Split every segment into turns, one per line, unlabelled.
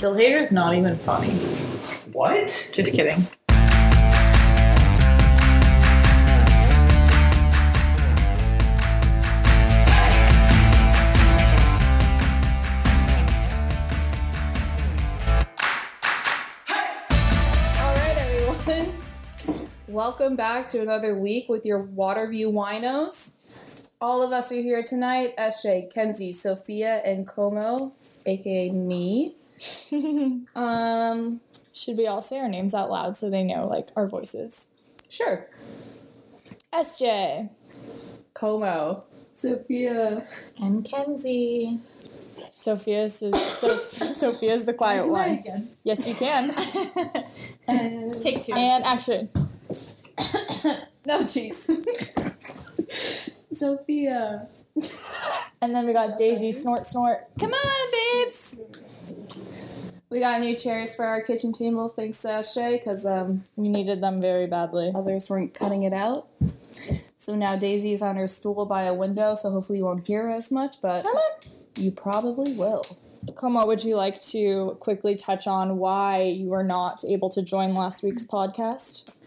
Bill Hader's not even funny.
What?
Just kidding.
All right, everyone. Welcome back to another week with your Waterview Winos. All of us are here tonight Eshe, Kenzie, Sophia, and Como, aka me. um,
Should we all say our names out loud so they know like our voices?
sure.
SJ.
Como. Sophia.
And Kenzie.
Sophia's is so, Sophia's the quiet one. Yes, you can.
Take two.
and action.
No, jeez. Sophia.
And then we got Daisy snort snort.
Come on, babes. We got new chairs for our kitchen table, thanks to Eshe, because um,
We needed them very badly.
others weren't cutting it out. So now Daisy's on her stool by a window, so hopefully you won't hear her as much, but you probably will.
Como, would you like to quickly touch on why you were not able to join last week's podcast?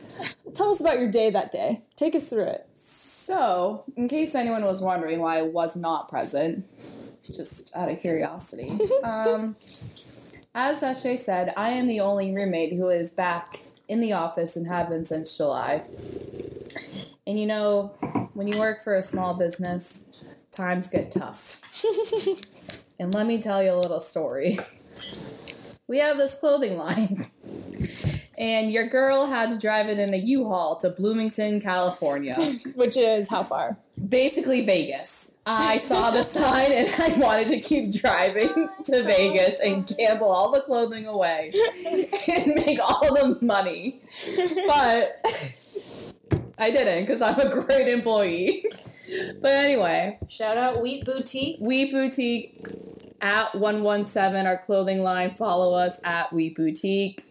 Tell us about your day that day. Take us through it.
So, in case anyone was wondering why I was not present, just out of curiosity, um, as Ashay said, I am the only roommate who is back in the office and have been since July. And you know, when you work for a small business, times get tough. and let me tell you a little story. We have this clothing line. And your girl had to drive it in a U-Haul to Bloomington, California
Which is how far?
basically Vegas. I saw the sign and I wanted to keep driving to Vegas and gamble all the clothing away and make all the money. But I didn't because I'm a great employee. But anyway,
Shout out Wheat Boutique.
We Boutique at 117, our clothing line. Follow us at We Boutique.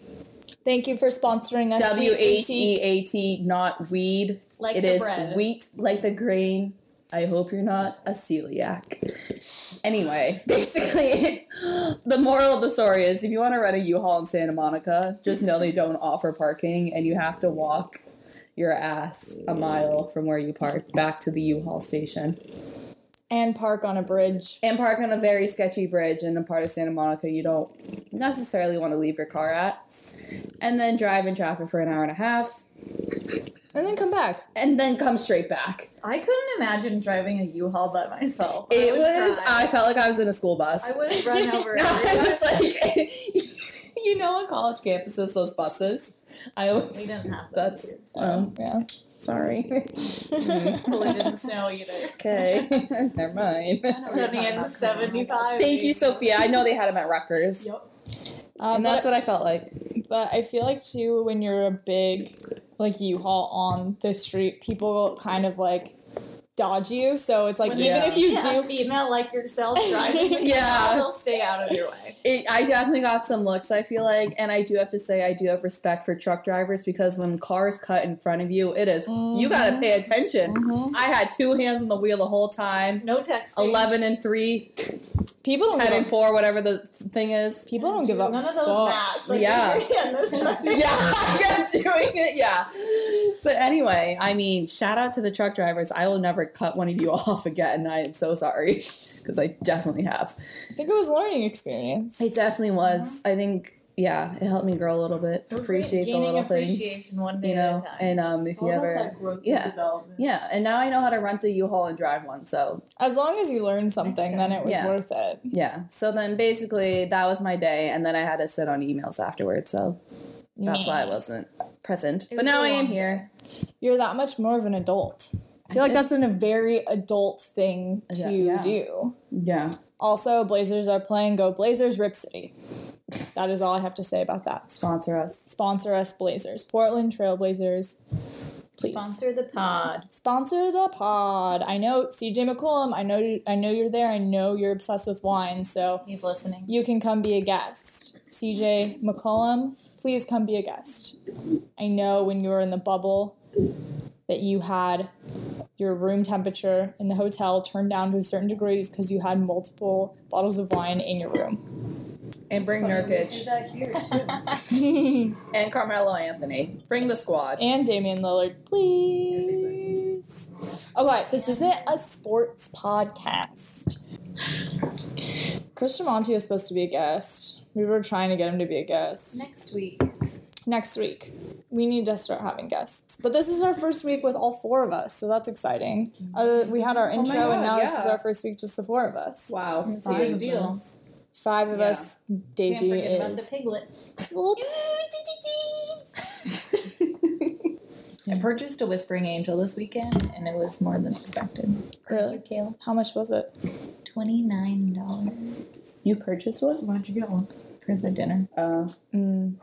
Thank you for sponsoring us.
W H E A T, not weed.
Like
It
the
is
bread.
wheat like the grain. I hope you're not a celiac. Anyway, basically, the moral of the story is if you want to rent a U-Haul in Santa Monica, just know they don't offer parking and you have to walk your ass a mile from where you park back to the U-Haul station.
And park on a bridge.
And park on a very sketchy bridge in a part of Santa Monica you don't necessarily want to leave your car at. And then drive in traffic for an hour and a half.
And then come back.
And then come straight back.
I couldn't imagine driving a U-Haul by myself. I
It
would
was,
cry.
I felt like I was in a school bus.
I would have run over.
I
everyone.
was like, you know, on college campuses, those buses. I always.
we don't have that.
That's. Um,
Yeah.
sorry. Mm-hmm.
Well, it didn't snow either.
okay. Never mind.
Sunny in the 75.
Thank you, Sophia. I know they had them at Rutgers.
Yep.
Uh,
And
but-
that's what I felt like.
But I feel like too when you're a big like U-Haul on the street, people kind of like dodge you. So it's like
When
even
Yeah.
if you
Yeah,
do
female like yourself driving, the
Yeah.
U-Haul, they'll stay out of your way.
It, I definitely got some looks, I feel like. And I do have to say, I do have respect for truck drivers because when cars cut in front of you, it is- you gotta pay attention. I had two hands on the wheel the whole time.
No texting.
11 and 3,
people don't
10
give
and
a,
4, whatever the thing is.
people don't give up.
None of those match. Like,
Yeah.
yeah those match.
yeah, I'm doing it. Yeah. But anyway, I mean, shout out to the truck drivers. I will never cut one of you off again. I am so sorry because I definitely have.
I think it was a learning experience.
It definitely was. I think, yeah, it helped me grow a little bit, appreciate the
Gaining
little things,
appreciation one day
you know.
at a time.
And um, if you ever,
growth
yeah.
development.
yeah, and now I know how to rent a U-Haul and drive one. So
As long as you learn something, then it was
Yeah.
worth it.
yeah. So then basically that was my day, and then I had to sit on emails afterwards. So that's why I wasn't present. but
was
now
a
I am
long
here.
You're that much more of an adult. I feel like that's an, a very adult thing
Yeah,
to
yeah.
do.
Yeah.
Also, Blazers are playing. Go Blazers, Rip City. That is all I have to say about that.
Sponsor us.
sponsor us blazers portland trailblazers please sponsor.
Sponsor the pod.
the pod i know cj mccollum i know i know you're there i know you're obsessed with wine so
He's listening.
you can come be a guest cj mccollum please come be a guest i know when you were in the bubble that you had your room temperature in the hotel turned down to a certain degrees because you had multiple bottles of wine in your room
And bring Nurkic and Carmelo Anthony. Bring the squad.
and Damian Lillard, please. Okay, this isn't a sports podcast. Chris Monty is supposed to be a guest. We were trying to get him to be a guest
Next week.
next week. We need to start having guests, but this is our first week with all four of us, so that's exciting. Uh, we had
Oh
our
my
intro, and
God,
now this is
yeah.
our first week just the four of us.
Wow.
a big deal.
Five of
Yeah.
us.
Can't
Daisy
forget about the
is.
piglet. I purchased a Whispering Angel this weekend, and it was more than expected.
Really?
Thank you, Kayla.
How much was it?
Twenty nine dollars
You purchased one?
Why'd you get one for the dinner?
Uh,
Mm.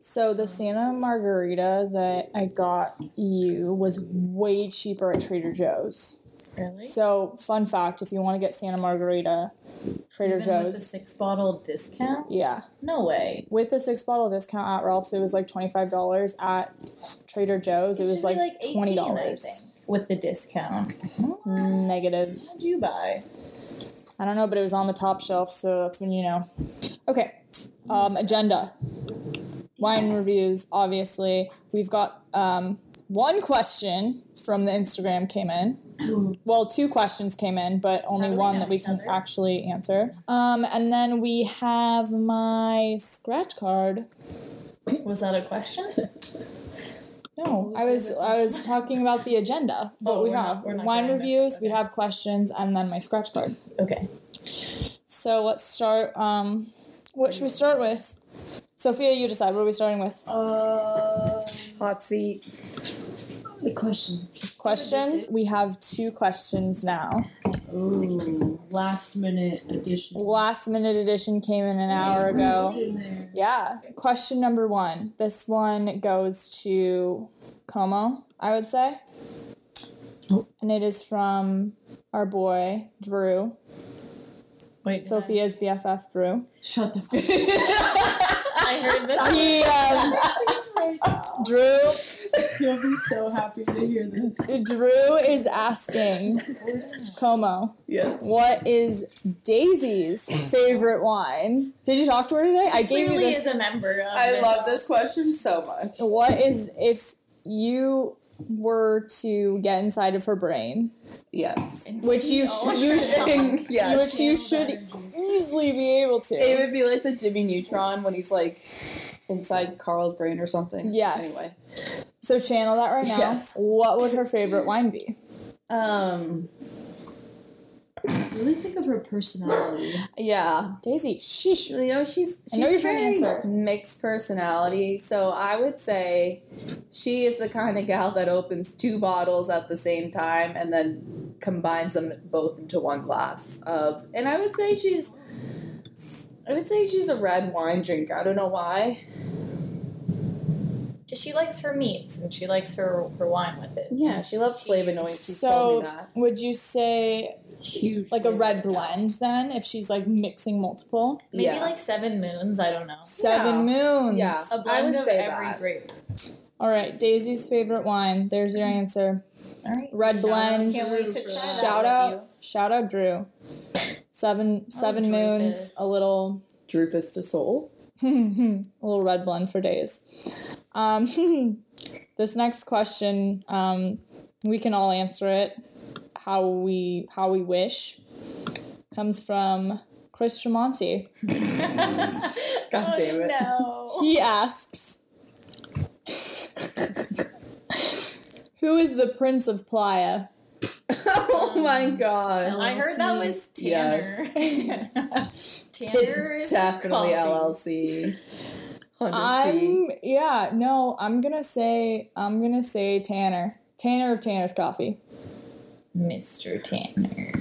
So the Santa Margarita that I got you was way cheaper at Trader Joe's.
Really?
So fun fact, if you want to get Santa Margarita, Trader
Even with the
Joe's.
six bottle discount?
yeah.
No way.
With a six bottle discount at Ralph's, it was like twenty five dollars. At Trader Joe's, it, was
should
like,
be like
twenty
18, I
dollars.
think, with the discount.
Negative.
What'd you buy?
I don't know, but it was on the top shelf, so that's when you know. Okay, um, agenda. Wine reviews, obviously. We've got um, one question from the Instagram came in. Well, two questions came in, but only
do we
one
know
that we
each
can
other?
actually answer. Um, and then we have my scratch card.
Was that a question?
No, I
What
was
was the other
I was talking about the agenda. But
Oh,
we
we're
have
not- we're not
wine
going there.
reviews, we
Okay.
have questions, and then my scratch card.
okay.
So let's start. Um, what should we start with? Sophia, you decide. What are we starting with?
Uh,
hot seat.
the question.
Question. We have two questions now.
Ooh, last minute addition.
Last minute edition came in an hour ago. Yeah. Question number one. This one goes to Como, I would say. And it is from our boy, Drew.
Wait, Sophie.
Sophia's BFF, Drew.
Shut the fuck
I heard this.
He, um, Drew
up. You'll be so happy to hear this.
Drew is asking Como,
Yes.
what is Daisy's favorite wine? Did you talk to her today? I gave you
Clearly
this.
is a member of
I love this question so much.
What is if you were to get inside of her brain,
Yes.
which you
Oh,
sh- you should,
Yes.
which you should easily be able
It
to.
would be like the Jimmy Neutron when he's like inside Carl's brain or something.
Yes.
Anyway.
So channel that right now.
Yes.
What would her favorite wine be?
Um.
Really think of her personality.
Yeah.
Daisy, shh.
You know, she's
I
she's
know you're
very
trying to answer.
mixed personality. So I would say she is the kind of gal that opens two bottles at the same time and then combines them both into one glass of. And I would say she's. I would say she's a red wine drinker. I don't know why.
Because she likes her meats and she likes her, her wine with it.
Yeah, she loves flavonoids. She
So-
told me that.
Would you say
Huge.
like a red
favorite.
blend then if she's like mixing multiple?
Maybe
Yeah.
like seven moons. I don't know.
Seven moons.
Yeah.
A
I
blend
would
of
say
every
that.
grape.
All right, Daisy's favorite wine. There's your answer.
All right.
Red
Shout
blend.
out. Can't wait to try that
Shout
with
out,
you.
shout out, Drew. Seven, seven
Drew
moons.
is-
A little,
Drufus to Soul.
a little red blend for days. Um, this next question, um, we can all answer it how we how we wish. Comes from Chris Tremonti.
God damn it.
No.
He asks, "Who is the Prince of Playa?"
Oh my god.
I heard that was Tanner. Tanner is
Definitely
calling.
LLC. 100 feet.
I'm yeah, no, I'm gonna say I'm gonna say Tanner. Tanner of Tanner's Coffee.
Mr. Tanner.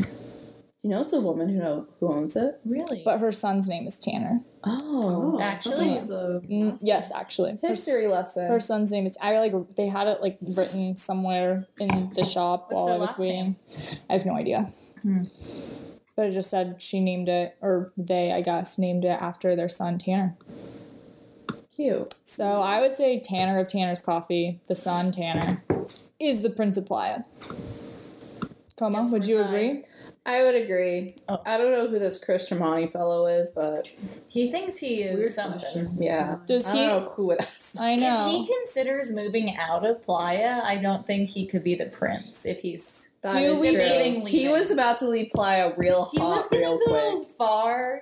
You know, it's a woman who know, who owns it.
Really?
But her son's name is Tanner.
Oh,
Oh,
Actually-
that was a-
Mm, yes, actually. Her, s-
history lesson.
her son's name is I like they had it like written somewhere in the shop
What's
while
her
I was
last Hmm.
waiting. I have no idea. But it just said she named it or they I guess named it after their son Tanner.
Cute.
So I would say Tanner of Tanner's Coffee, the son Tanner, is the Prince of Playa. Como,
Guess
would
we're
you
tied.
agree?
I would agree. I don't know who this Chris Tremonti fellow is, but
He thinks he is
Weird
something. Oh.
question.
yeah.
Does
I
he?
don't know who it is.
I
If
know.
he considers moving out of Playa, I don't think he could be the prince if he's.
That
Do
is
we-
true.
Leaving,
He
leaving.
was about to leave Playa real
He was
hot
gonna
real
go
quick.
far,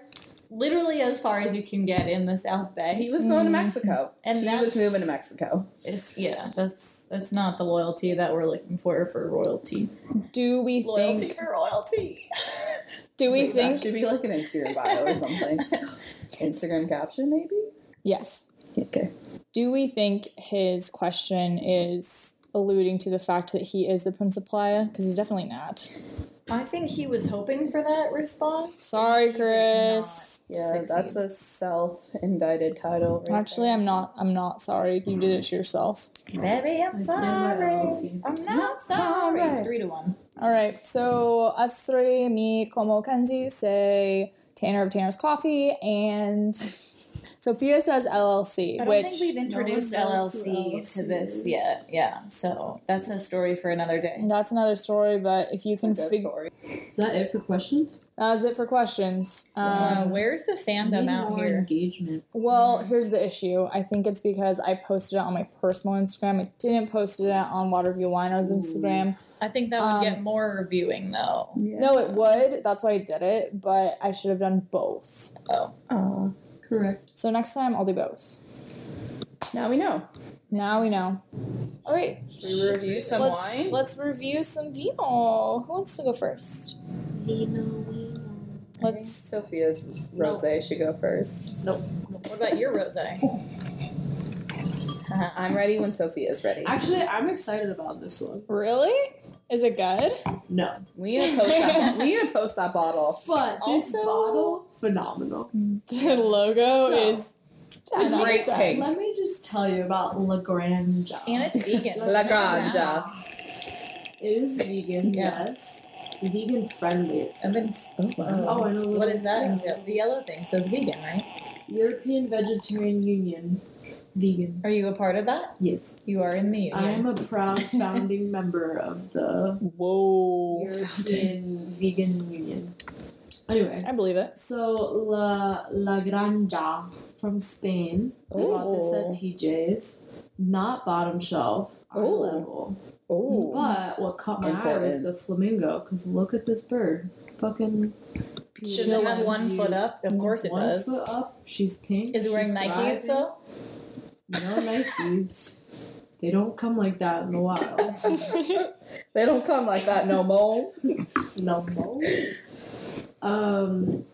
literally as far as you can get in the South Bay.
He was going to Mexico.
and
he
that's,
was moving to Mexico.
It's, yeah, that's that's not the loyalty that we're looking for for royalty.
Do we
Loyalty
think?
for royalty.
Do we
Wait, that
think?
should be like an Instagram bio or something. Instagram caption maybe?
Yes.
Okay.
Do we think his question is alluding to the fact that he is the Prince of Playa? Because he's definitely not.
I think he was hoping for that response.
Sorry,
He did
Chris.
Yeah,
Succeed.
that's a self indicted title. Right
Actually, I'm not. I'm not sorry. You did it to yourself.
Baby, I'm
Listen,
sorry.
what else you-
I'm not sorry.
sorry.
Three to one.
All right. So us three, me, Como, Kenzie, say Tanner of Tanner's Coffee, and Sophia says LLC,
I don't
which
think we've introduced
no one knows who
LLC to this
LLC is.
yet. Yeah, so that's a story for another day.
that's another story. But if you can
there. Good
figure,
story.
Is that it for questions?
that was it for questions. Um,
Uh, where's the fandom
Need
out
more
here?
Engagement.
Well, here's the issue. I think it's because I posted it on my personal Instagram. I didn't post it on Waterview Wino's Instagram.
I think that would get more viewing though.
Yeah.
No, it would. That's why I did it. But I should have done both.
Oh,
Oh,
Correct.
So next time I'll do both.
now we know.
Now we know. All right.
Should we review some
let's,
wine?
Let's review some vino. Who wants to go first?
I think
Let's.
Sophia's rose should go first.
what about your rose?
I'm ready when Sophia's ready.
Actually, I'm excited about this one.
Really? Is it good?
No,
We need to post that. we need to post that bottle.
but this
also-
bottle phenomenal.
The logo
So,
is.
It's a great pig.
Let me just tell you about La Granja.
and it's vegan.
La
La Granja.
It is vegan,
Yeah.
yes. Vegan friendly. It's
I've been.
Oh, wow.
oh, and a little
What is that? The yellow thing says vegan, right?
European Vegetarian Union. Vegan.
Are you a part of that?
Yes.
You are in the union.
I am a proud founding member of the
Whoa.
European Vegan Union. Anyway,
I believe it.
so La La Granja from Spain. I bought this at
Ooh.
TJ's, not bottom shelf, our
Ooh.
level.
Ooh.
But what caught my eye was
Important.
the flamingo. Cause look at this bird, fucking.
Does it have one foot up? Of course it
one
does.
foot up. She's pink.
Is it wearing
she's
Nikes
thriving.
though?
No Nikes. They don't come like that in the wild.
They don't come like that no more.
no more. Um,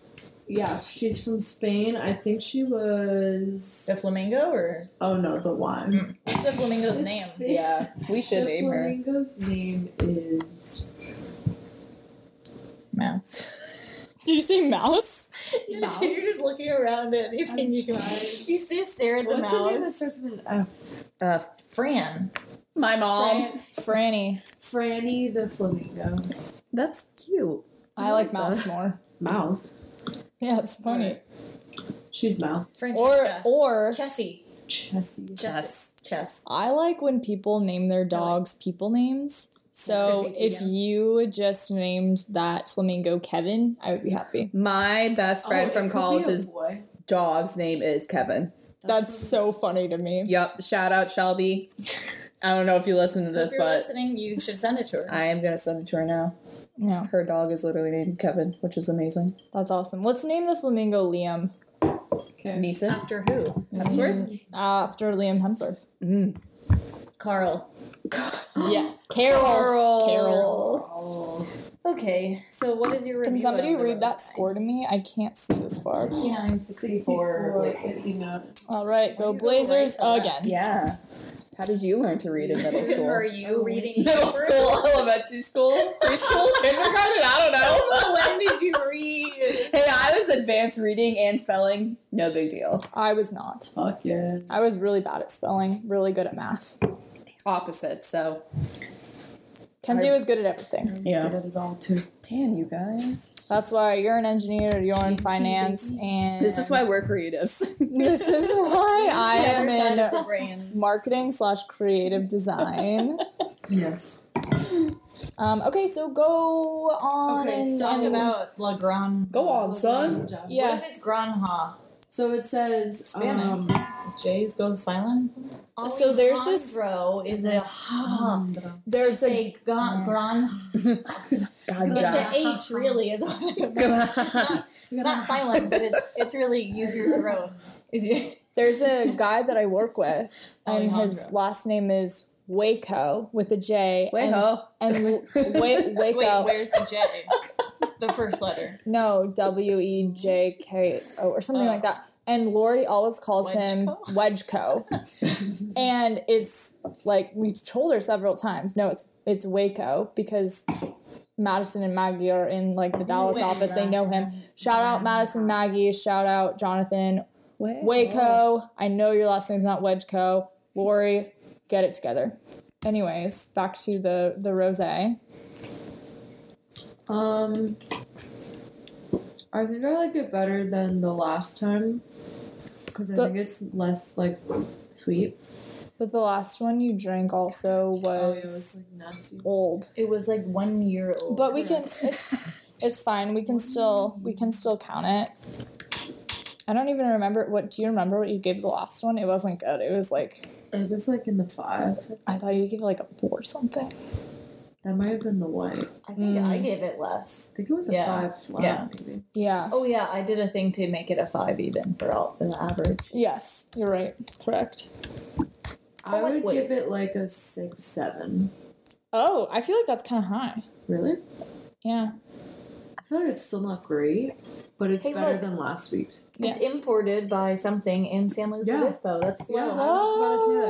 yeah, she's from Spain. I think she was.
The flamingo or
oh no, the wine.
what's the flamingo's
The
name?
Spain-
Yeah, we should
The
name her.
flamingo's name is.
Mouse.
Did you say mouse?
You're just- You're just looking around at anything you can.
trying.
You just stare at the
What's the name that
mouse.
starts with an F?
Uh, Fran.
My mom.
Fran-
Franny.
Franny the flamingo.
That's cute.
I like mouse more.
Mouse.
Yeah, it's funny.
She's mouse.
Or
Francesca.
or
Chessie.
Chessie.
Chess. Chess.
I like when people name their dogs people names. So
Interesting,
if
yeah.
you just named that flamingo Kevin, I would be happy.
My best friend
Oh, it
from
could be a
college's
boy.
dog's name is Kevin.
That's,
That's
so funny to me.
Yep. Shout out Shelby. I don't know if you listen to
If
this,
you're
but
listening, you should send it to her.
I am gonna send it to her now.
Yeah,
Her dog is literally named Kevin, which is amazing.
that's awesome. Let's name the flamingo Liam
Okay.
Neeson.
After who?
Hemsworth.
after Liam Hemsworth.
Mm.
Carl.
yeah, Carol. Carol.
Oh.
Okay, so what is your review?
Can somebody
of the
read that
Rose?
score to me? I can't see this far.
59, 64.
you know.
All right, go
you go
Blazers
right to
again.
Yeah. How did you learn to read in middle school?
Are you reading
middle school, elementary school, preschool, kindergarten? I don't know.
when did you read?
Hey, I was advanced reading and spelling. No big deal.
I was not.
Fuck yeah.
I was really bad at spelling, really good at math.
Opposite. So
Kenzie
I-
was good at everything.
Yeah.
Did it all too.
damn you guys.
That's why you're an engineer, you're in
Team
finance, and
This is why we're creatives.
this is why I
the other side of the
am in
brain.
marketing slash creative design.
Yes.
Um, okay, so go on
Okay,
and
so-
Talk about La Grand.
Go on, son.
yeah.
What if it's Granja?
So it says um,
J's go silent.
So there's this-
Alejandro is a ha.
There's
It's a gran. gran
Ganja.
it's an H, really. Is It's not silent, but it's it's really use your throat. Is your
There's a guy that I work with,
Oh,
and his
Alejandro.
last name is Waco with a J.
Wait,
and-
ho.
And, Wa-
wait?
Waco.
Where's the J? the first letter.
No, W E J K O or something
Oh.
like that. And Lori always calls him Wedgeco. and it's like we've told her several times. No, it's it's Waco because Madison and Maggie are in like the Dallas
Waco.
office. They know him. Shout out Madison Maggie, shout out Jonathan. Waco. I know your last name's not Wedgeco. Lori, get it together. Anyways, back to the the rose.
um. I think I like it better than the last time because I
The-
think it's less like sweet.
But the last one you drank also
Oh,
was
Oh, like nasty.
old.
It was like one year old.
But we can it's it's fine. We can still we can still count it. I don't even remember what do you remember what you gave the last one? It wasn't good. It was like
It was like in the fives.
I thought you gave it like a four or something.
That might have been the white. I
I think
Mm.
I gave it less.
think it was a
Yeah.
five flat.
Yeah.
Maybe.
Yeah.
Oh yeah, I did a thing to make it a five even for all for the average.
Yes, you're right. Correct.
I
Oh, wait,
would
wait.
give it like a six, seven.
Oh, I feel like that's kinda high.
Really?
Yeah.
I feel like it's still not great, but it's
Hey,
better
look.
than last week's.
Yes.
It's imported by something in San Luis
Yeah.
Obispo. That's
Yeah, I
yeah.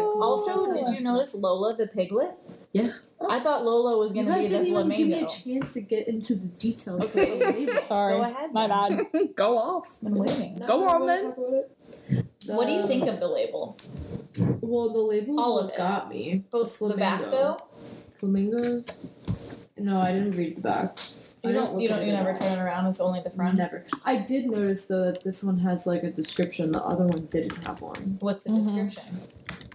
was
Also, did you notice Lola the piglet?
Yes.
I thought Lola was
Oh. You
gonna
guys
be the
didn't even give me
flamingo.
a chance to get into the details. of
Okay.
the ladies.
Sorry.
Go ahead
My
then.
bad.
Go off.
I'm waiting.
Now
Go
we're
on,
gonna
then.
talk about it.
What do you
Um,
think of the label?
Well, the labels
All
what
of it.
got me.
Both the back though.
flamingo. Flamingos. No, I didn't read the back. I
You don't.
look
You
at
don't.
it
You
at
never
all.
turn it around. It's only the front.
Never. I did notice though that this one has like a description. The other one didn't have one.
What's the
Mhm.
Mm-hmm.
description?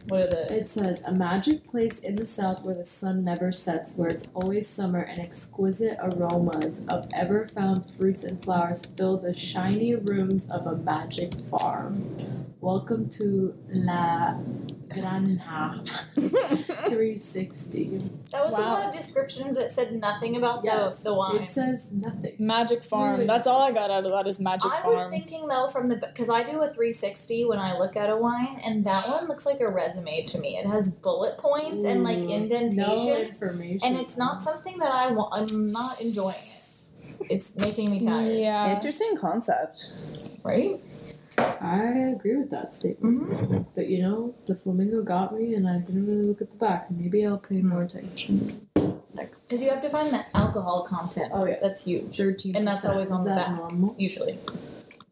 What are the?
It says a magic place in the south where the sun never sets, where it's always summer and exquisite aromas of ever found fruits and flowers fill the shiny rooms of a magic farm. Welcome to La Granja 360.
That was
Wow.
in the description that said nothing about
Yes,
the the wine.
It says nothing.
Magic Farm.
Really?
That's all I got out of that is Magic
I
Farm.
was thinking though from the because I do a 360 when I look at a wine and that one looks like a resume to me. It has bullet points and like
Ooh,
indentations
No information.
and it's not something that I want. I'm not enjoying it. It's making me tired,
yeah.
Interesting concept.
right?
I agree with that statement.
Mm-hmm.
But you know, the flamingo got me and I didn't really look at the back. Maybe I'll pay
Hmm.
more attention next.
Because you have to find the alcohol content.
Oh, yeah.
that's huge
13
And that's always on
is
the
that
back.
normal?
usually.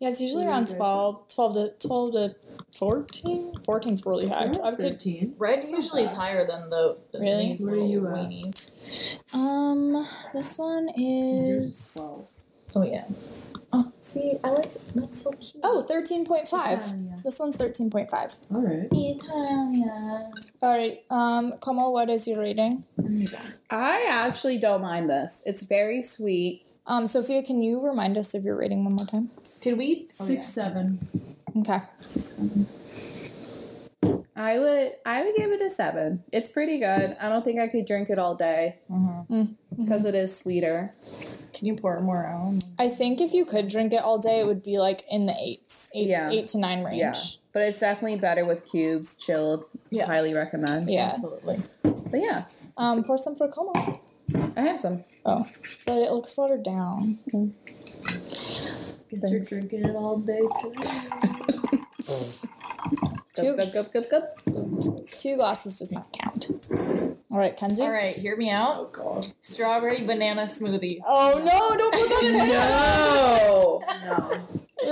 Yeah, it's usually around 12, 12 to 12 to 14. 14's really high. I would say
13.
Red
It's not
usually is
bad.
higher than the, the
Really?
these
What are
little
you at?
weenies.
um this one
Yours
is
is 12.
Oh yeah. Oh, see, I like that's so cute.
Oh, 13.5.
Italia.
This one's 13.5.
All right.
Italia.
All right. Um Como, what is your rating?
I actually don't mind this. It's very sweet.
Um Sophia, can you remind us of your rating one more time?
Did we?
Six, seven.
Okay.
Six, seven.
I would I would give it a seven. It's pretty good. I don't think I could drink it all day because is sweeter.
Can you pour more out?
I think if you could drink it all day, it would be like in the 8s. 8
Yeah.
8 to 9 range.
Yeah, but it's definitely better with cubes. Chilled.
Yeah.
Highly recommend.
Yeah.
Absolutely.
But yeah,
Um pour some for Como.
I have some.
Oh, but it looks watered down.
Guess you're drinking it all day today.
Two.
Gup, gup, gup, gup, gup.
Two glasses does not count. All right, Kenzie.
All right, hear me out. Oh god. Strawberry banana smoothie.
Oh no, don't put that in there.
No.
No.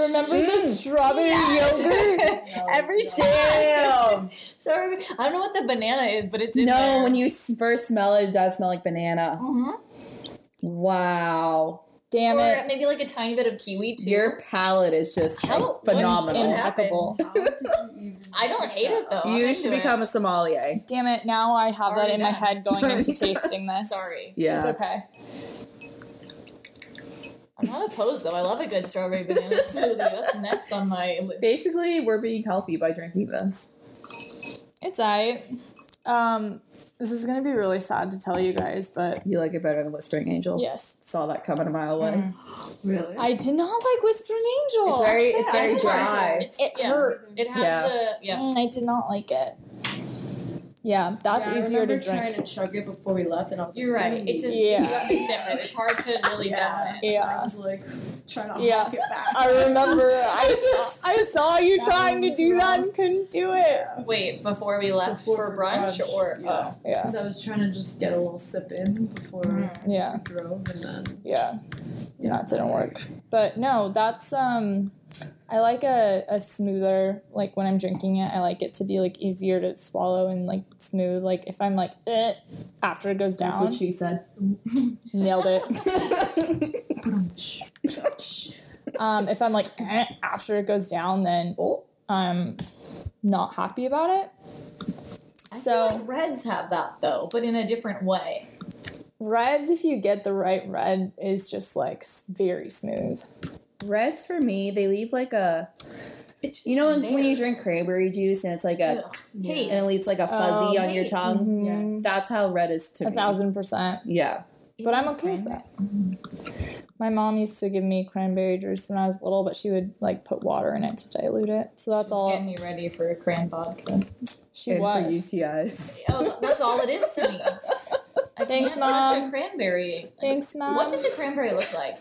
Remember the strawberry yogurt?
Every
Damn.
Sorry, I don't know what the banana is, but it's in there.
No, when you s- first smell it, it does smell like banana.
Mhm.
Wow.
Damn
or
it.
maybe like a tiny bit of kiwi too.
Your palate is just like,
How- what-
phenomenal.
what
Impeccable.
I don't hate it though. I'm
you
into
should
it.
become a sommelier.
Damn it. Now I have that
Already
in my
done.
head going into
Already done.
tasting this.
Sorry,
Yeah.
It's okay.
I'm not opposed though. I love a good strawberry banana smoothie. That's next on my list.
Basically, we're being healthy by drinking this.
It's alright. Um, this is gonna be really sad to tell you guys, but
You like it better than Whispering Angel.
yes.
Saw that coming a mile away.
Mm.
Really?
I did not like Whispering Angel.
It's very, it's
Yeah,
very
it
dry.
hurts. It's,
It
yeah.
hurt.
It has
Yeah.
the yeah.
Mm, I did not like it. Yeah, that's
yeah, I
easier to
remember
drink.
trying to chug it before we left, and I was
You're
like,
right. It just
Yeah.
you have to sip it. It's hard to really
Yeah.
down it.
I
yeah.
was like trying to
Yeah.
hawk it back.
I remember I saw, I saw you
That
trying to
one's
do that
wrong.
and couldn't do it.
Wait, before we left
Before
for brunch, or uh,
yeah.
uh, Yeah. Mm.
Because I was trying to just get a little sip in before
oh.
we
Yeah.
drove, and then
Yeah. Yeah, it didn't work. But no, that's um I like a, a smoother like when I'm drinking it, I like it to be like easier to swallow and like smooth. Like if I'm like eh, after it goes down.
she said.
Nailed it. um, if I'm like eh, after it goes down, then oh, I'm not happy about it.
I
So-
feel like reds have that though, but in a different way.
Reds, if you get the right red, is just like s- very smooth.
Reds for me, they leave like a
It's just
you know when,
there.
when you drink cranberry juice and it's like a
Ugh, hate.
and it leaves like a fuzzy
Oh,
on your
hey.
tongue.
Mhm.
That's how red is to
A
me.
thousand percent.
Yeah.
But I'm okay with that. My mom used to give me cranberry juice when I was little, but she would like put water in it to dilute it. So that's
She's
all
Getting you ready for a cran vodka.
she
and for
was.
UTIs.
Oh, that's all it is to me. I
Thanks,
can't touch
Mom.
a cranberry.
Thanks, mom.
What does a cranberry look like?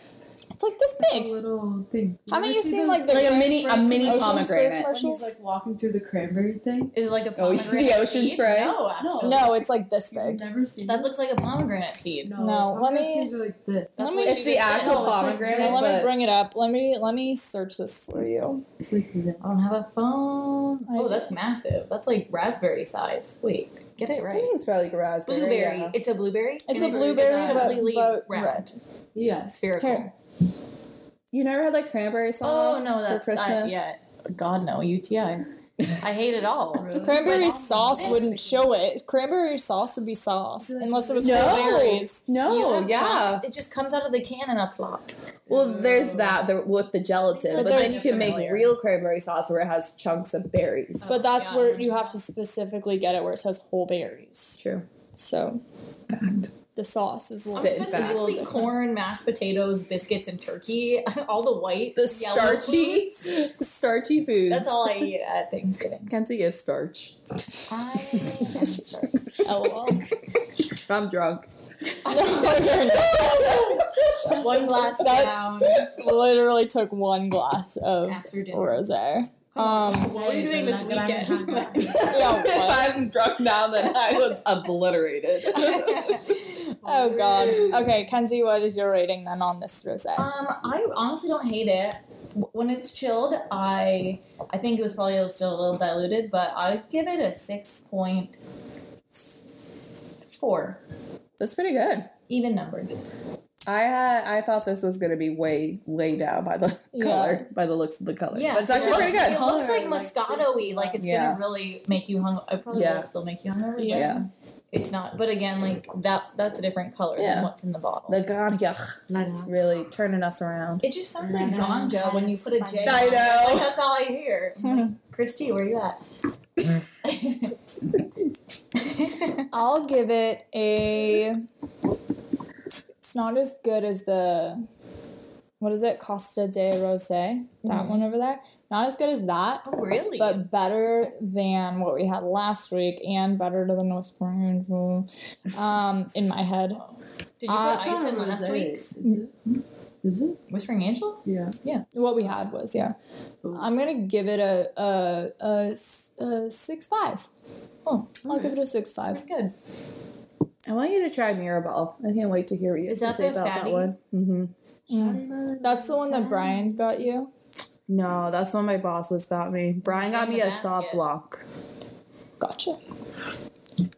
it's like this
a
big.
little thing. You
Haven't
ever
you
see
seen
those-
like the
Like a
Ocean
mini a
Spray-
mini
Ocean Spray
pomegranate.
when he's
commercials?
like walking through the cranberry thing?
Is it like a
Oh, yeah.
pomegranate
The ocean
seed?
spray?
No, actually.
no, it's like this
You've
big.
never seen
That
it?
looks like a pomegranate seed.
No,
No, let
pomegranate
me-
seeds are like this.
That's
Let
what
me-
she
It's the
just
actual
said. Oh,
it's like
pomegranate,
red.
Well, let me
but
bring it up. Let me let me search this for you.
It's like this.
I don't have a phone.
I
oh,
do.
that's massive. That's like raspberry size. Wait, get it
I
right.
think mm, it's probably like a raspberry.
Blueberry.
yeah.
It's a blueberry.
It's
And
a blueberry,
it's
but-
completely
but
round,
red.
Yes.
spherical.
Here.
You never had like cranberry sauce
Oh no, that's
for
not
Christmas?
yet. God no, UTIs. I hate it all.
Really?
Cranberry
Like,
sauce
this
wouldn't show it. Cranberry sauce would be sauce,
Like,
unless it was
no.
cranberries.
You
No,
have
Oh, yeah.
chunks. It just comes out of the can in a plop.
Well, there's that the, with the gelatin,
But
but, then you
there's-
can make
familiar. Oh.
real cranberry sauce where it has chunks of berries.
But that's
yeah.
where you have to specifically get it, where it says whole berries.
It's true.
So the sauce is a
I'm
little
Spit
is a
back.
little
specifically
different.
corn, mashed potatoes, biscuits, and turkey. all the white,
The
yellow
starchy,
foods.
starchy foods.
That's all I eat at Thanksgiving.
Kenzie is starch.
I am starchy. LOL.
I'm drunk.
No, you're not.
One glass
That-
down
Literally took one glass of
after dinner.
rosé. Um,
What were you doing this
But I haven't
weekend?
had that.
yeah, what?
I'm drunk now, then I was obliterated.
oh god. Okay, Kenzie, what is your rating then on this rosé?
Um, I honestly don't hate it. W- When it's chilled, I I think it was probably still a little diluted, but I'd give it a six point four,
That's pretty good.
even numbers.
I had I thought this was gonna be way way down by the
Yeah.
color by the looks of the color.
Yeah,
but it's
it
actually
looks,
pretty
It
good.
looks like
Color, like,
Moscato-y,
this,
like it's
yeah.
gonna really make you hung. It probably
Yeah.
will still make you hungover. but
Yeah.
it's not. But again, like that that's a different color
Yeah.
than what's in the bottle.
The ganja is really turning us around.
it just sounds
I
like
know.
ganja when you put a J.
I
on it.
know.
Like, that's all I hear. Christy, where you at?
I'll give it a. It's not as good as the. What is it? Costa de Rose. That one over there. Not as good as that,
Oh, really?
but better than what we had last week and better than what's um, in my head.
Did you
Uh,
put ice in last week's?
Is it? Is it?
Whispering Angel?
Yeah.
What we had was, yeah. I'm going to give it a, a, a, s- a 6 5.
Oh,
I'll give it a 6 5.
That's good.
I want you to try Mirabelle. I can't wait to hear what you
Is that
have to say
the
about
fatty?
that one. hmm
That's the one that Brian got you.
No, that's what my boss was got me. Brian
It's
got
in
me
the
a soft
basket.
block.
Gotcha.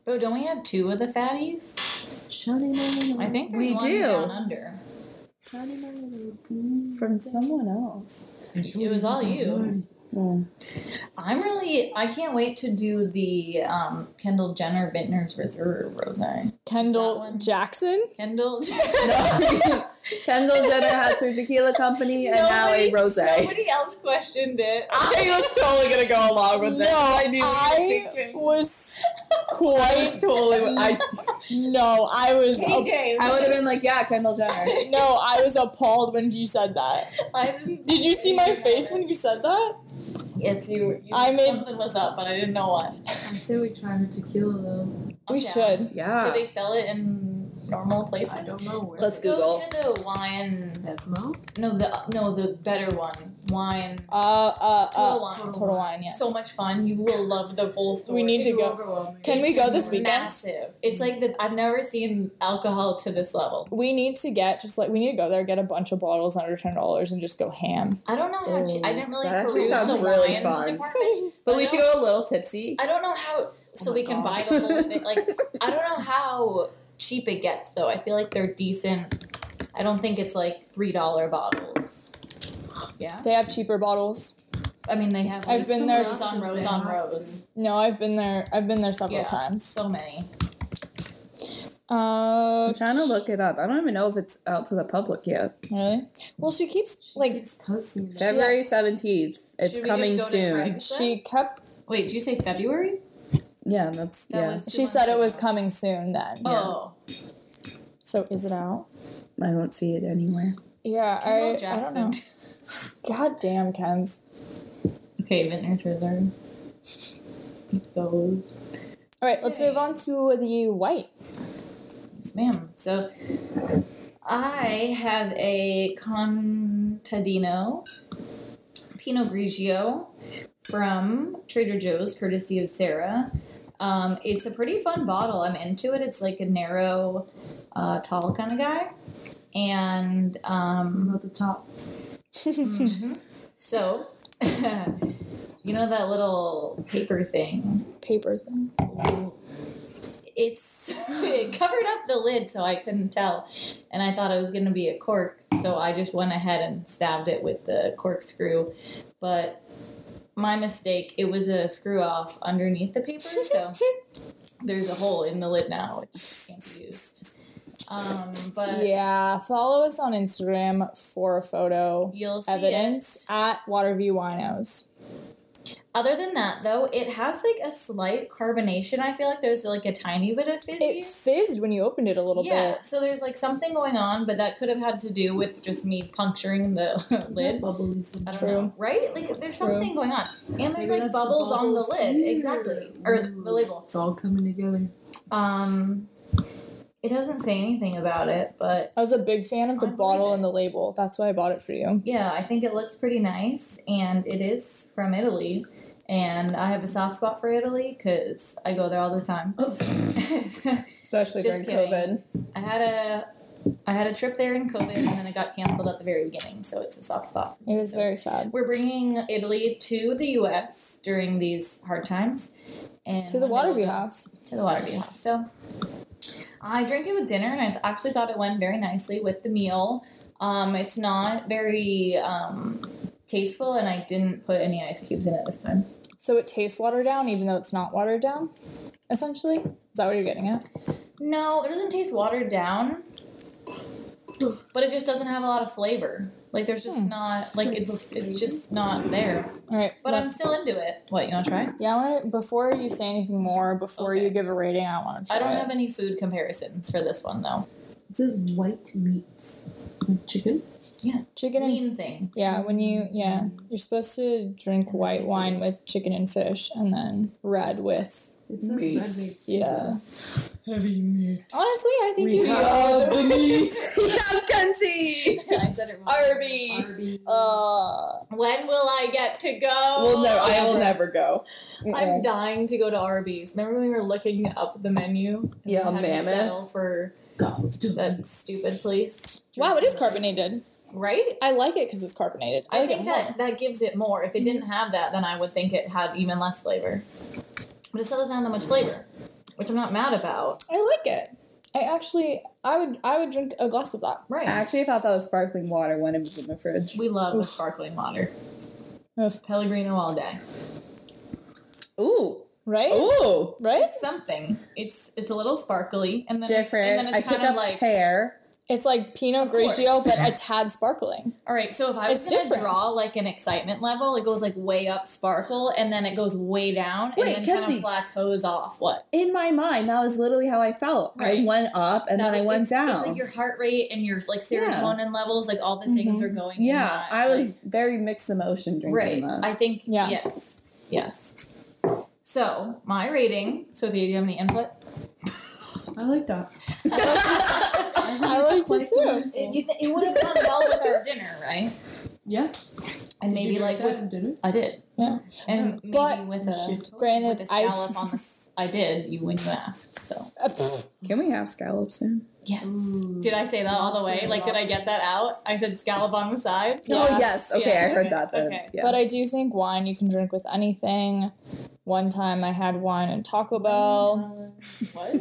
Oh, don't we have two of the fatties? I think there's
We
one
do.
down under.
From someone else.
It was all you.
Oh.
I'm really. I can't wait to do the um, Kendall Jenner Vintners Reserve rosé. That
Kendall
one.
Jackson.
Kendall.
No. Kendall Jenner has her tequila company and now a
Nobody-
rose.
Nobody else questioned it.
was totally gonna go along
No, I was quite
totally. I,
no. I was ap-
KJ.
I would have been like, yeah, Kendall Jenner.
no. I was appalled when you said that.
I didn't-
Did you see my face when you said that?
Yes, you. you
I made-
something was up, but I didn't know what.
I say we try her tequila though.
We
Okay.
should.
Do
Yeah.
they sell it in normal places?
I don't know where.
Let's
Go
Google.
to the wine.
Bevmo.
No, the no, the better one. Wine.
Uh, uh,
Total
uh.
wine.
Total wine. Yes.
So much fun. You will love the full story.
We need to
Too
go.
overwhelming.
Can we
It's
go this weekend?
Massive. It's like the I've never seen alcohol to this level.
We need to get just like we need to go there, get a bunch of bottles under ten dollars, and just go ham.
I don't know how. che- I didn't really
That actually
peruse
sounds
the
really
wine
fun.
department.
But we should go a little tipsy.
I don't know how. So
Oh my
we can
God.
buy the whole thing. Like I don't know how cheap it gets though. I feel like they're decent. I don't think it's like three dollar bottles. Yeah.
They have cheaper bottles.
I mean, they have.
I've
like,
been
so
there
rows on
since
rows
they
on
have
rows.
No, I've been there. I've been there several
Yeah.
times.
So many.
Uh,
I'm trying to look it up. I don't even know if it's out to the public yet.
really? Well, she keeps like
It's coasting. though.
February 17th. It's
Should we just
coming
go to
soon.
Craig's?
she kept.
Wait, did you say February?
Yeah, that's
That
yeah.
was two
She
months
said it
ago.
was coming soon. Then.
Oh,
So is it out?
I don't see it anywhere.
Yeah.
Kendall
I. I don't know. God damn, Ken's.
okay, Vintners Reserve. Those.
All right, let's
Yay.
move on to the white.
Yes, ma'am. So I have a Contadino Pinot Grigio from Trader Joe's, courtesy of Sarah. Um, it's a pretty fun bottle. I'm into it. It's like a narrow, uh, tall kind of guy. And um,
Promote the top.
so, you know that little paper thing
Paper thing.
it's it covered up the lid so I couldn't tell. And I thought it was gonna be a cork, so I just went ahead and stabbed it with the corkscrew. But my mistake, it was a screw off underneath the paper, so there's a hole in the lid now, which can't be used. Um, but
Yeah. Follow us on Instagram for a photo.
you'll see it.
evidence at Waterview Winos.
Other than that, though, it has like a slight carbonation. I feel like there's like a tiny bit of fizzy.
It fizzed when you opened it a little
yeah,
bit.
so there's like something going on, but that could have had to do with just me puncturing the lid.
Bubbly.
I
sometimes.
don't
Mm-hmm. True.
know, right? Like there's
True.
something going on, and
Maybe
there's
that's
like
the
bubbles, on the
bubbles.
lid,
Ooh.
exactly, or the label.
It's all coming together.
Um, it doesn't say anything about it, but
I was a big fan of the
I believe
bottle
it.
and the label. That's why I bought it for you.
yeah, I think it looks pretty nice, and it is from Italy, and I have a soft spot for Italy because I go there all the time.
Oh.
Especially
Just
during
kidding.
COVID.
I had a I had a trip there in COVID, and then it got canceled at the very beginning, so it's a soft spot.
It was very sad.
We're bringing Italy to the U.S. during these hard times, and
To the
one day we'll
Waterview
go
House.
To the Waterview House. So, I drank it with dinner, and I actually thought it went very nicely with the meal. Um, it's not very um, tasteful, and I didn't put any ice cubes in it this time.
So it tastes watered down, even though it's not watered down, essentially. Is that what you're getting at?
No, it doesn't taste watered down, but it just doesn't have a lot of flavor. Like there's
Hmm.
just not like it's it's just not there.
All right.
But
let-
I'm still into it. What you want to try?
Yeah, I want to. Before you say anything more, before
Okay.
you give a rating, I want to.
I don't have any food comparisons for this one though.
It says white meats. Like chicken?
chicken and
lean thing.
Yeah, when you yeah, you're supposed to drink
And
white
seafood.
wine with chicken and fish, and then red with
It says red
Meat.
meats.
yeah.
Heavy meat.
Honestly, I think you
the meat.
yes, Kenzie!
I said it wrong.
Arby!
Uh,
When will I get to go?
Well, no, I will never go.
I'm
Mm-mm.
dying to go to Arby's. Remember when we were looking up the menu? And
Yeah,
we had to
Mammoth.
settle for
Go. Do
that stupid place.
wow, it is carbonated.
right?
I like it because it's carbonated. I,
I
like
think
it more.
that that gives it more. If it didn't have that, then I would think it had even less flavor. But it still doesn't have that much flavor, which I'm not mad about.
I like it. I actually, I would, I would drink a glass of that.
Right.
I actually thought that was sparkling water when it was in the fridge.
we love the sparkling water.
Oof.
Pellegrino all day.
Ooh.
Right?
Ooh.
Right?
It's something. It's it's a little sparkly and then it's-
Different.
and then
I
it's
pick
kind
up
of like
pear.
It's like Pinot
course.
Grigio, but a tad sparkling.
all right. So if I was
It's
gonna
different.
draw like an excitement level, it goes like way up sparkle and then it goes way down
Wait,
and then kind
Kenzie.
of plateaus off. What?
In my mind, that was literally how I felt. I
Right.
went up and
Now,
then I went
it's,
down.
It's like your heart rate and your like
Yeah. Mm-hmm.
serotonin levels, like all the things are going. in
yeah,
that,
I
like-
was very mixed emotion
Right.
drinking that.
I think
Yeah.
yes. Yes. So my rating, Sophia, do you have any input?
I like that.
I liked it too.
It, you th- it would have gone well with our dinner, right?
Yeah.
And
Did
maybe
you drink
like
that
with
and did it?
I did.
Yeah.
And maybe
But-
with a
Shit.
Granted,
with a
I-
scallop on the s- I did you when you asked. So
Uh, pff,
Can we have scallops soon?
yes,
Ooh.
did I say that all the way?
Lobster,
Like, did I get that out? I said scallop on the side.
Oh yes. Okay,
Yeah,
I heard
okay,
that. Then.
okay.
Yeah.
But I do think wine you can drink with anything. One time I had wine in Taco Bell,
What?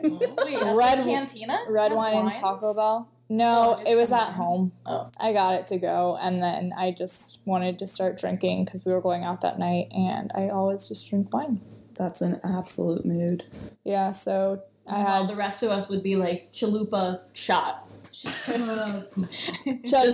Wait, that's
Red-
a cantina.
red
That's
wine in
wines?
Taco Bell. No,
Oh, just
it was
from
at
there.
home.
Oh.
I got it to go, and then I just wanted to start drinking because we were going out that night, and I always just drink wine.
That's an absolute mood.
Yeah, so I
While
had
the rest of us would be like chalupa shot.
This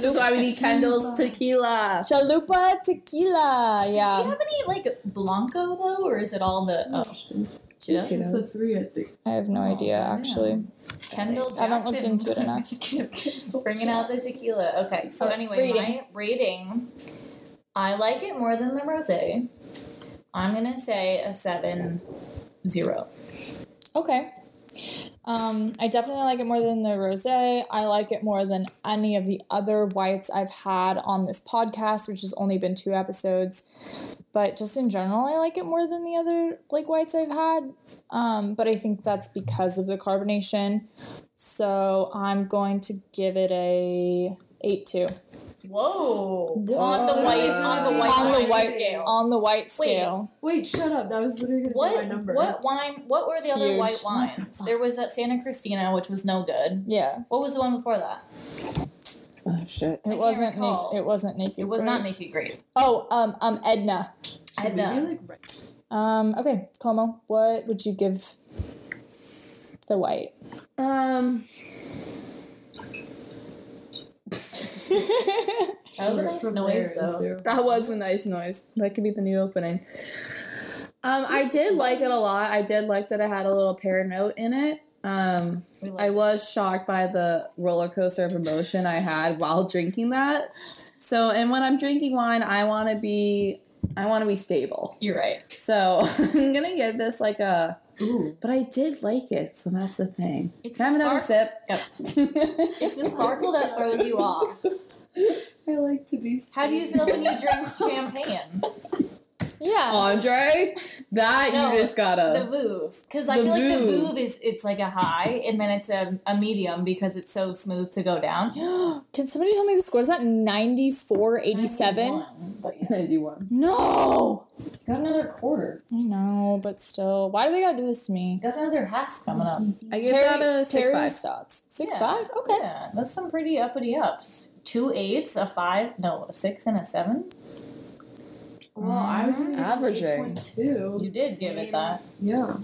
is why we need Kendall's tequila.
Chalupa tequila.
Does she
Yeah,
have any like Blanco though, or is it all the? Oh, she
She
does.
does.
Just the three, I think.
I have no idea
yeah.
actually.
Kendall
I haven't looked
Jackson.
into it enough.
Bringing out the tequila. Okay, so
Uh,
anyway,
rating.
my rating, I like it more than the rosé. I'm gonna say a seven zero.
Okay. Um, I definitely like it more than the rosé. I like it more than any of the other whites I've had on this podcast, which has only been two episodes. But just in general, I like it more than the other like whites I've had. Um, but I think that's because of the carbonation. So I'm going to give it a eight two
Whoa! On the white, on the white,
on the
wine
white
scale.
on the white
Wait.
scale.
Wait, shut up. That was literally gonna
what
be my number.
what wine? What were the other
Huge.
white
What the
wines?
fuck?
there was that Santa Cristina, which was no good.
Yeah,
What was the one before that?
Oh shit.
can't
it wasn't.
recall.
Na- it wasn't naked.
It was
Grape.
not Naked Grape.
Oh, um, um, Edna.
I had
Should we
none.
be, like, right?
Um, okay, Como, what would you give the white?
Um.
That was a
Right
nice
from
noise
there is
though.
there-
That was a nice noise. That could be the new opening. Um, I did like it a lot. I did like that it had a little pear note in it. Um,
We like-
I was shocked by the roller coaster of emotion I had while drinking that. So, and when I'm drinking wine, I want to be, I want to be stable.
You're right.
So I'm gonna give this like a.
Ooh.
But I did like it, so that's the thing.
It's
Can I have another
spark-
sip?
It's the sparkle that throws you off.
I like to be.
How do you feel when you drink champagne?
Yeah.
Andre, that
No,
you just
The
gotta.
Vouv. Because I
The
feel like the
Vouv.
Vouv is it's like a high and then it's a, a medium because it's so smooth to go down.
Can somebody tell me the score? Is that 94 87?
Ninety-one.
No!
Got another quarter.
I know, but still. Why do they gotta do this to me?
Got another half coming up.
Mm-hmm.
I give
Terry,
that a six
Terry
five.
Stotts. Six
Yeah.
five? Okay.
Yeah, that's some pretty uppity ups. Two eights, a five, no, a six and a seven.
Well, I was
Averaging.
two.
You did give it that.
Yeah.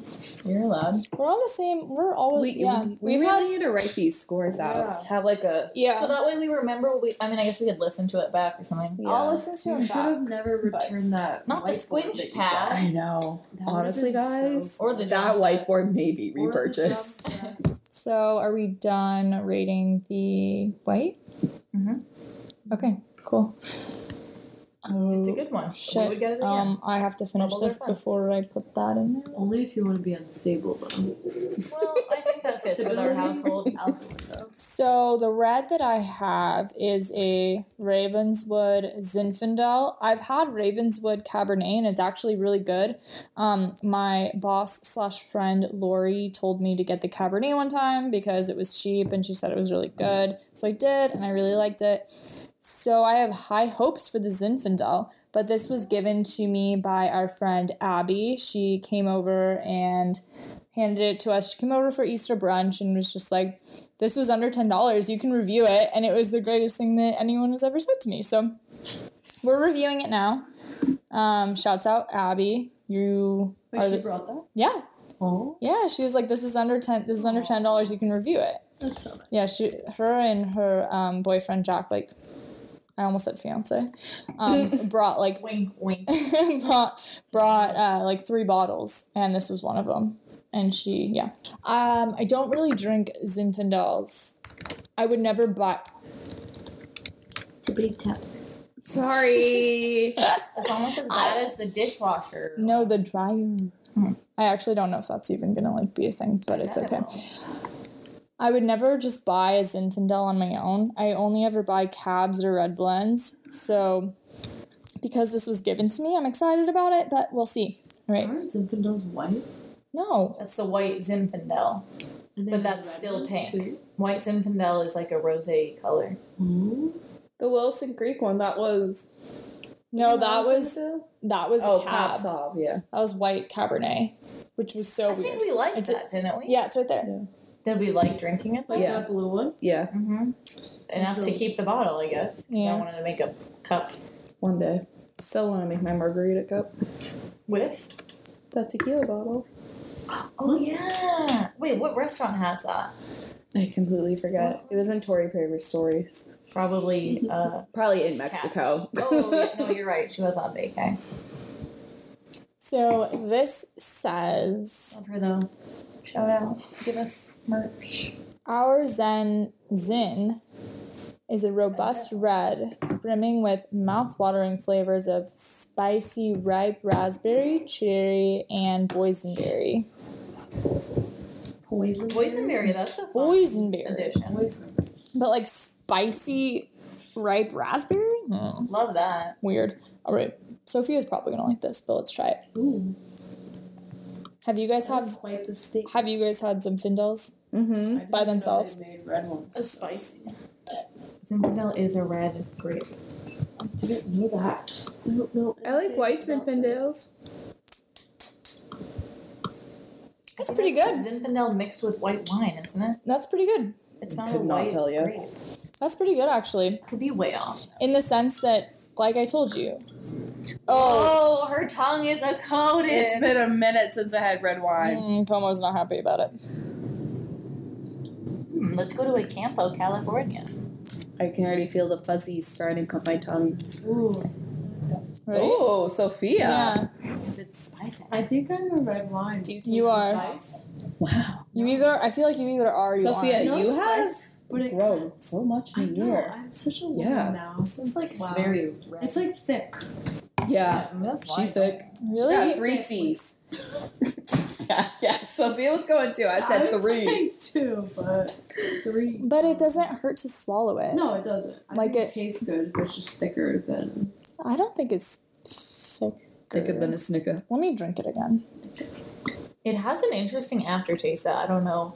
You're allowed.
We're on the same. We're always.
We,
yeah.
we,
have
really
had.
need to write these scores out.
Yeah.
Have like a.
Yeah.
So that way we remember what we, I mean, I guess we could listen to it back or something.
Yeah.
I'll listen
You
to it
should
back.
have never
but-
returned that.
Not the
whiteboard
squinch
that you
pad.
got.
I know.
That
Honestly,
would've been
guys,
so
Or the
fun.
that
drum set.
whiteboard may be
Or the
repurchased.
drum set.
So are we done rating the white?
Mhm.
Okay, cool.
It's a good one. We
Shit.
would get it again.
Um, I have to finish
Oh, Bubbles are
this
fun.
before I put that in there.
Only if you want to be unstable, though.
well, I think that fits with our
Stability.
household.
Out the window.
So the red that I have is a Ravenswood Zinfandel. I've had Ravenswood Cabernet and it's actually really good. Um, my boss slash friend Lori told me to get the Cabernet one time because it was cheap and she said it was really good. So I did and I really liked it. So I have high hopes for the Zinfandel, but this was given to me by our friend Abby. She came over and handed it to us. She came over for Easter brunch and was just like, "This was under ten dollars. You can review it." And it was the greatest thing that anyone has ever said to me. So we're reviewing it now. Um, shouts out Abby. You
Wait,
are
she
the-
brought that?
yeah
Oh,
yeah. She was like, "This is under ten. This is under ten dollars. You can review it."
that's so nice.
Yeah, she, her and her um, boyfriend Jack, like, I almost said fiance, um, brought like
Wink, wink.
brought brought uh, like three bottles, and this was one of them. And she, yeah, um, I don't really drink Zinfandels. I would never buy.
Tippity tap.
Sorry.
It's almost as bad as the dishwasher.
No, the dryer. I actually don't know if that's even gonna like be a thing, but it's okay. I would never just buy a Zinfandel on my own. I only ever buy cabs or red blends. So, because this was given to me, I'm excited about it, but we'll see. All right.
Aren't Zinfandels white?
No.
That's the white Zinfandel.
And they
But
have
that's
red
still
ones,
pink.
too?
White Zinfandel is like a rosé color.
Ooh.
the Wilson Creek one, that was.
No, that was that was
Oh,
a cab.
Popsov, yeah.
That was white Cabernet, which was so
I
weird.
think we liked
It's a-
that, didn't we?
yeah, it's right there.
Did we like drinking it though?
Like
Yeah.
that blue one?
Yeah,
Mm-hmm. Enough to
So-
keep the bottle, I guess. 'cause
Yeah.
I wanted to make a cup
one day. Still want to make my margarita cup.
with.
That tequila bottle.
Oh yeah. Wait, what restaurant has that?
I completely forgot. It was in Tory Paper Stories.
Probably. Uh,
Probably in Mexico.
Catch. Oh yeah, no, you're right. She was on vacay.
So this says
Love her though. Shout out. Give us merch.
our Zen Zin is a robust red brimming with mouth-watering flavors of spicy ripe raspberry, cherry, and boysenberry.
Poison.
Boysenberry. That's a fun
Boysenberry,
addition.
Poison.
but like spicy ripe raspberry. Hmm.
Love that.
Weird. All right, Sophia's probably gonna like this, but let's try it.
Ooh.
Have you guys had
That's quite the steak.
Have you guys had Zinfandels?
Mm-hmm.
I didn't
By
know they
themselves.
made red one.
A spicy. Zinfandel is a red grape.
I didn't know that. I don't know.
I like white Zinfandels.
That's pretty good.
Zinfandel mixed with white wine, isn't it?
That's pretty good.
It's not
Could
a
not
white
tell ya.
grape.
That's pretty good actually.
Could be way off.
In the sense that, like I told you. Oh,
Oh, her tongue is a coated.
It's been a minute since I had red wine.
mm, Como's not happy about it.
Hmm, let's go to Campo, California.
I can already feel the fuzzies starting to my tongue.
Ooh.
Right?
Oh, Sophia.
Yeah.
Because it's spicy.
I think I'm a red wine.
Do you, taste
You
the
are.
spice?
Wow.
You either I feel like you either are or you
Sophia,
aren't.
No
you
spice, But it
have grown so much
I
in a
know.
year.
I'm such a woman
Yeah.
now.
This is like
Wow.
very red.
It's like thick.
Yeah.
that's
She
wine.
thick.
Really?
She got three C's. yeah, yeah. Sophia was going too. I said
was
three.
saying two, but three.
But it doesn't hurt to swallow it.
No, it doesn't. I
Like
think
it-
it tastes good, but it's just thicker than.
I don't think it's thick.
a snicker.
Let me drink it again.
It has an interesting aftertaste that I don't know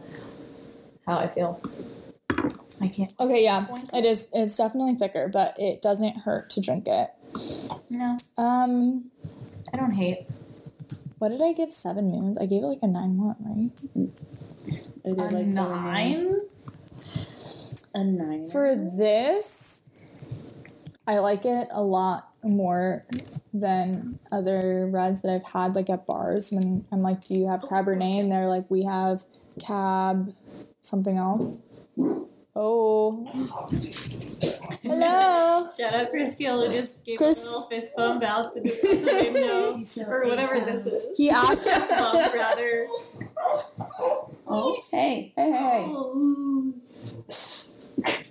how I feel. I can't.
Okay, yeah.
Point.
It is it's definitely thicker, but it doesn't hurt to drink it.
No,
Um
I don't hate.
what did I give seven moons? I gave it like a nine one, right?
I did
A
like seven
nine.
A nine.
For this, I like it a lot more than other reds that I've had, like at bars. When I'm like, "Do you have Cabernet?" and they're like, "We have Cab, something else." Oh, hello.
Shout out Chris Gill who just gave
Chris-
a little fist bump out the, the window or whatever this is.
He asked us.
Fist bump rather.
oh, hey, hey,
Oh.
hey.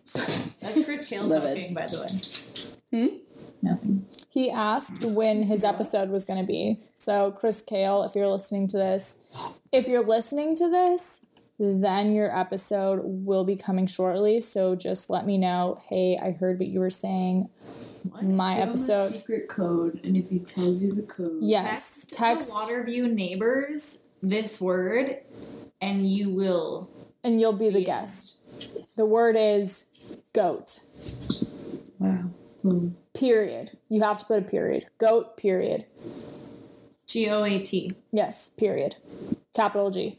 That's Chris Gill
Love it.
talking, by the way.
Hmm?
Nothing.
He asked when his episode was going to be. So, Chris Kale, if you're listening to this, if you're listening to this, then your episode will be coming shortly. So, just let me know hey, I heard what you were saying. My
Give him a
episode.
secret code, and if he tells you the code,
Yes,
Text,
text,
to Waterview neighbors this word, and you will.
and you'll be the
Yeah.
guest. The word is goat,
Wow.
boom.
period. You have to put a period. Goat, period.
G O A T.
Yes, period. capital G.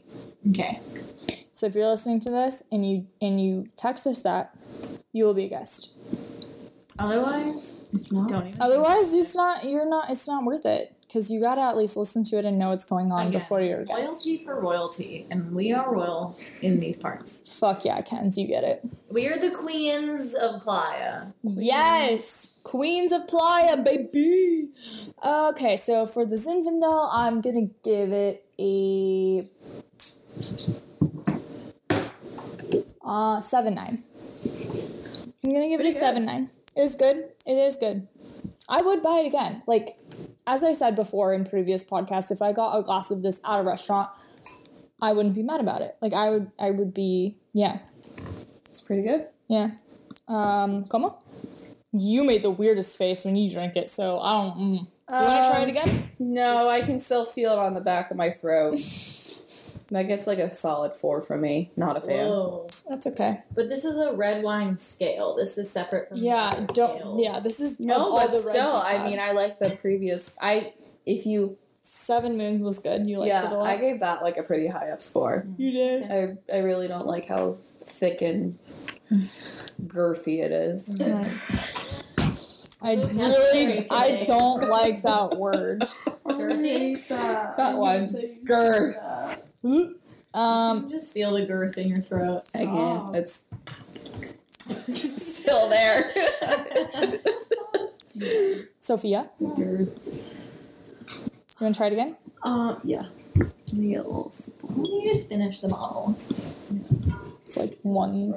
Okay.
So if you're listening to this and you and you text us that, you will be a guest.
Otherwise, don't even.
Otherwise, it's not you're not it's not worth it because you gotta at least listen to it and know what's going on
Again,
before you're a guest.
Loyalty for royalty, and we are royal in these parts.
Fuck yeah, Kens, you get it.
We are the queens of Playa.
Yes, Queens of Playa, baby. Okay, so for the Zinfandel, I'm gonna give it a uh seven nine. I'm gonna give it a seven nine. It is good. It is good. I would buy it again. Like as I said before in previous podcasts, if I got a glass of this at a restaurant, I wouldn't be mad about it. Like I would. I would be. Yeah.
It's pretty good.
Yeah. Um, como? You made the weirdest face when you drank it, so I don't. Mm. You want
Um,
to try it again?
No, I can still feel it on the back of my throat. that gets like a solid four from me. Not a fan.
Whoa.
That's okay.
But this is a red wine scale. This is separate from the
Yeah,
other
don't.
scales.
Yeah, this is of
No,
all
but
the reds
still,
you've
I
had.
mean, I like the previous. I if you
Seven Moons was good. You liked it
yeah,
a lot.
I gave that like a pretty high up score.
you did.
I I really don't like how thick and girthy it is.
I
That's
really,
great
I
today.
don't like that word.
That one. Girth.
You
Um,
can just feel the girth in your throat.
Again,
Stop.
it's still there.
Sophia,
Girth.
you want to try it again?
Uh, yeah. Let me get a little sp-
you just finish the bottle.
It's like one,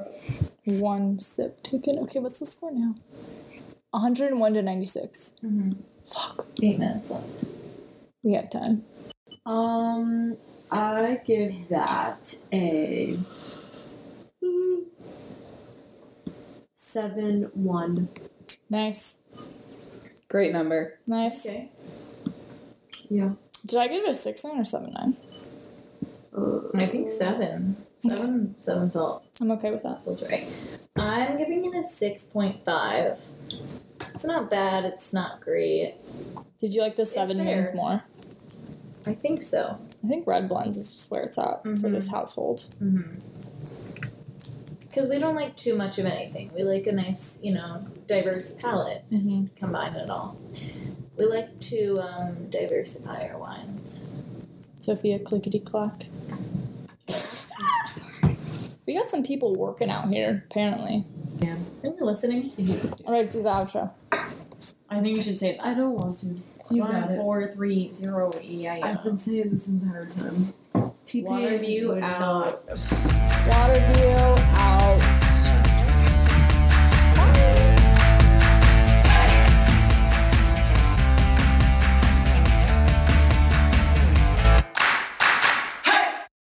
one sip taken. Okay, what's the score now? One hundred and one to ninety six.
Mm-hmm.
Fuck,
Eight minutes left.
we have time.
Um, I give that a seven one.
Nice.
Great number.
Nice.
Okay.
Yeah.
Did I give it a six nine or seven nine?
Uh,
I think seven. Seven seven felt
I'm okay with that.
feels right. I'm giving it a six point five. It's not bad, it's not great.
Did you like the
It's
seven
fair.
moons more?
I think so.
I think red blends is just where it's at for
Mhm.
this household.
Because we don't like too much of anything. We like a nice, you know, diverse palette.
Mm-hmm.
Combine it all. We like to um, diversify our wines.
Sophia clickety clack. we got some people working out here, apparently.
Are you listening?
I hate this.
All right, do the outro.
I think you should say that.
I don't want to. You got
One
it.
four three zero E I
I've
O.
been saying this entire time. TPA
One of you
would
out.
not-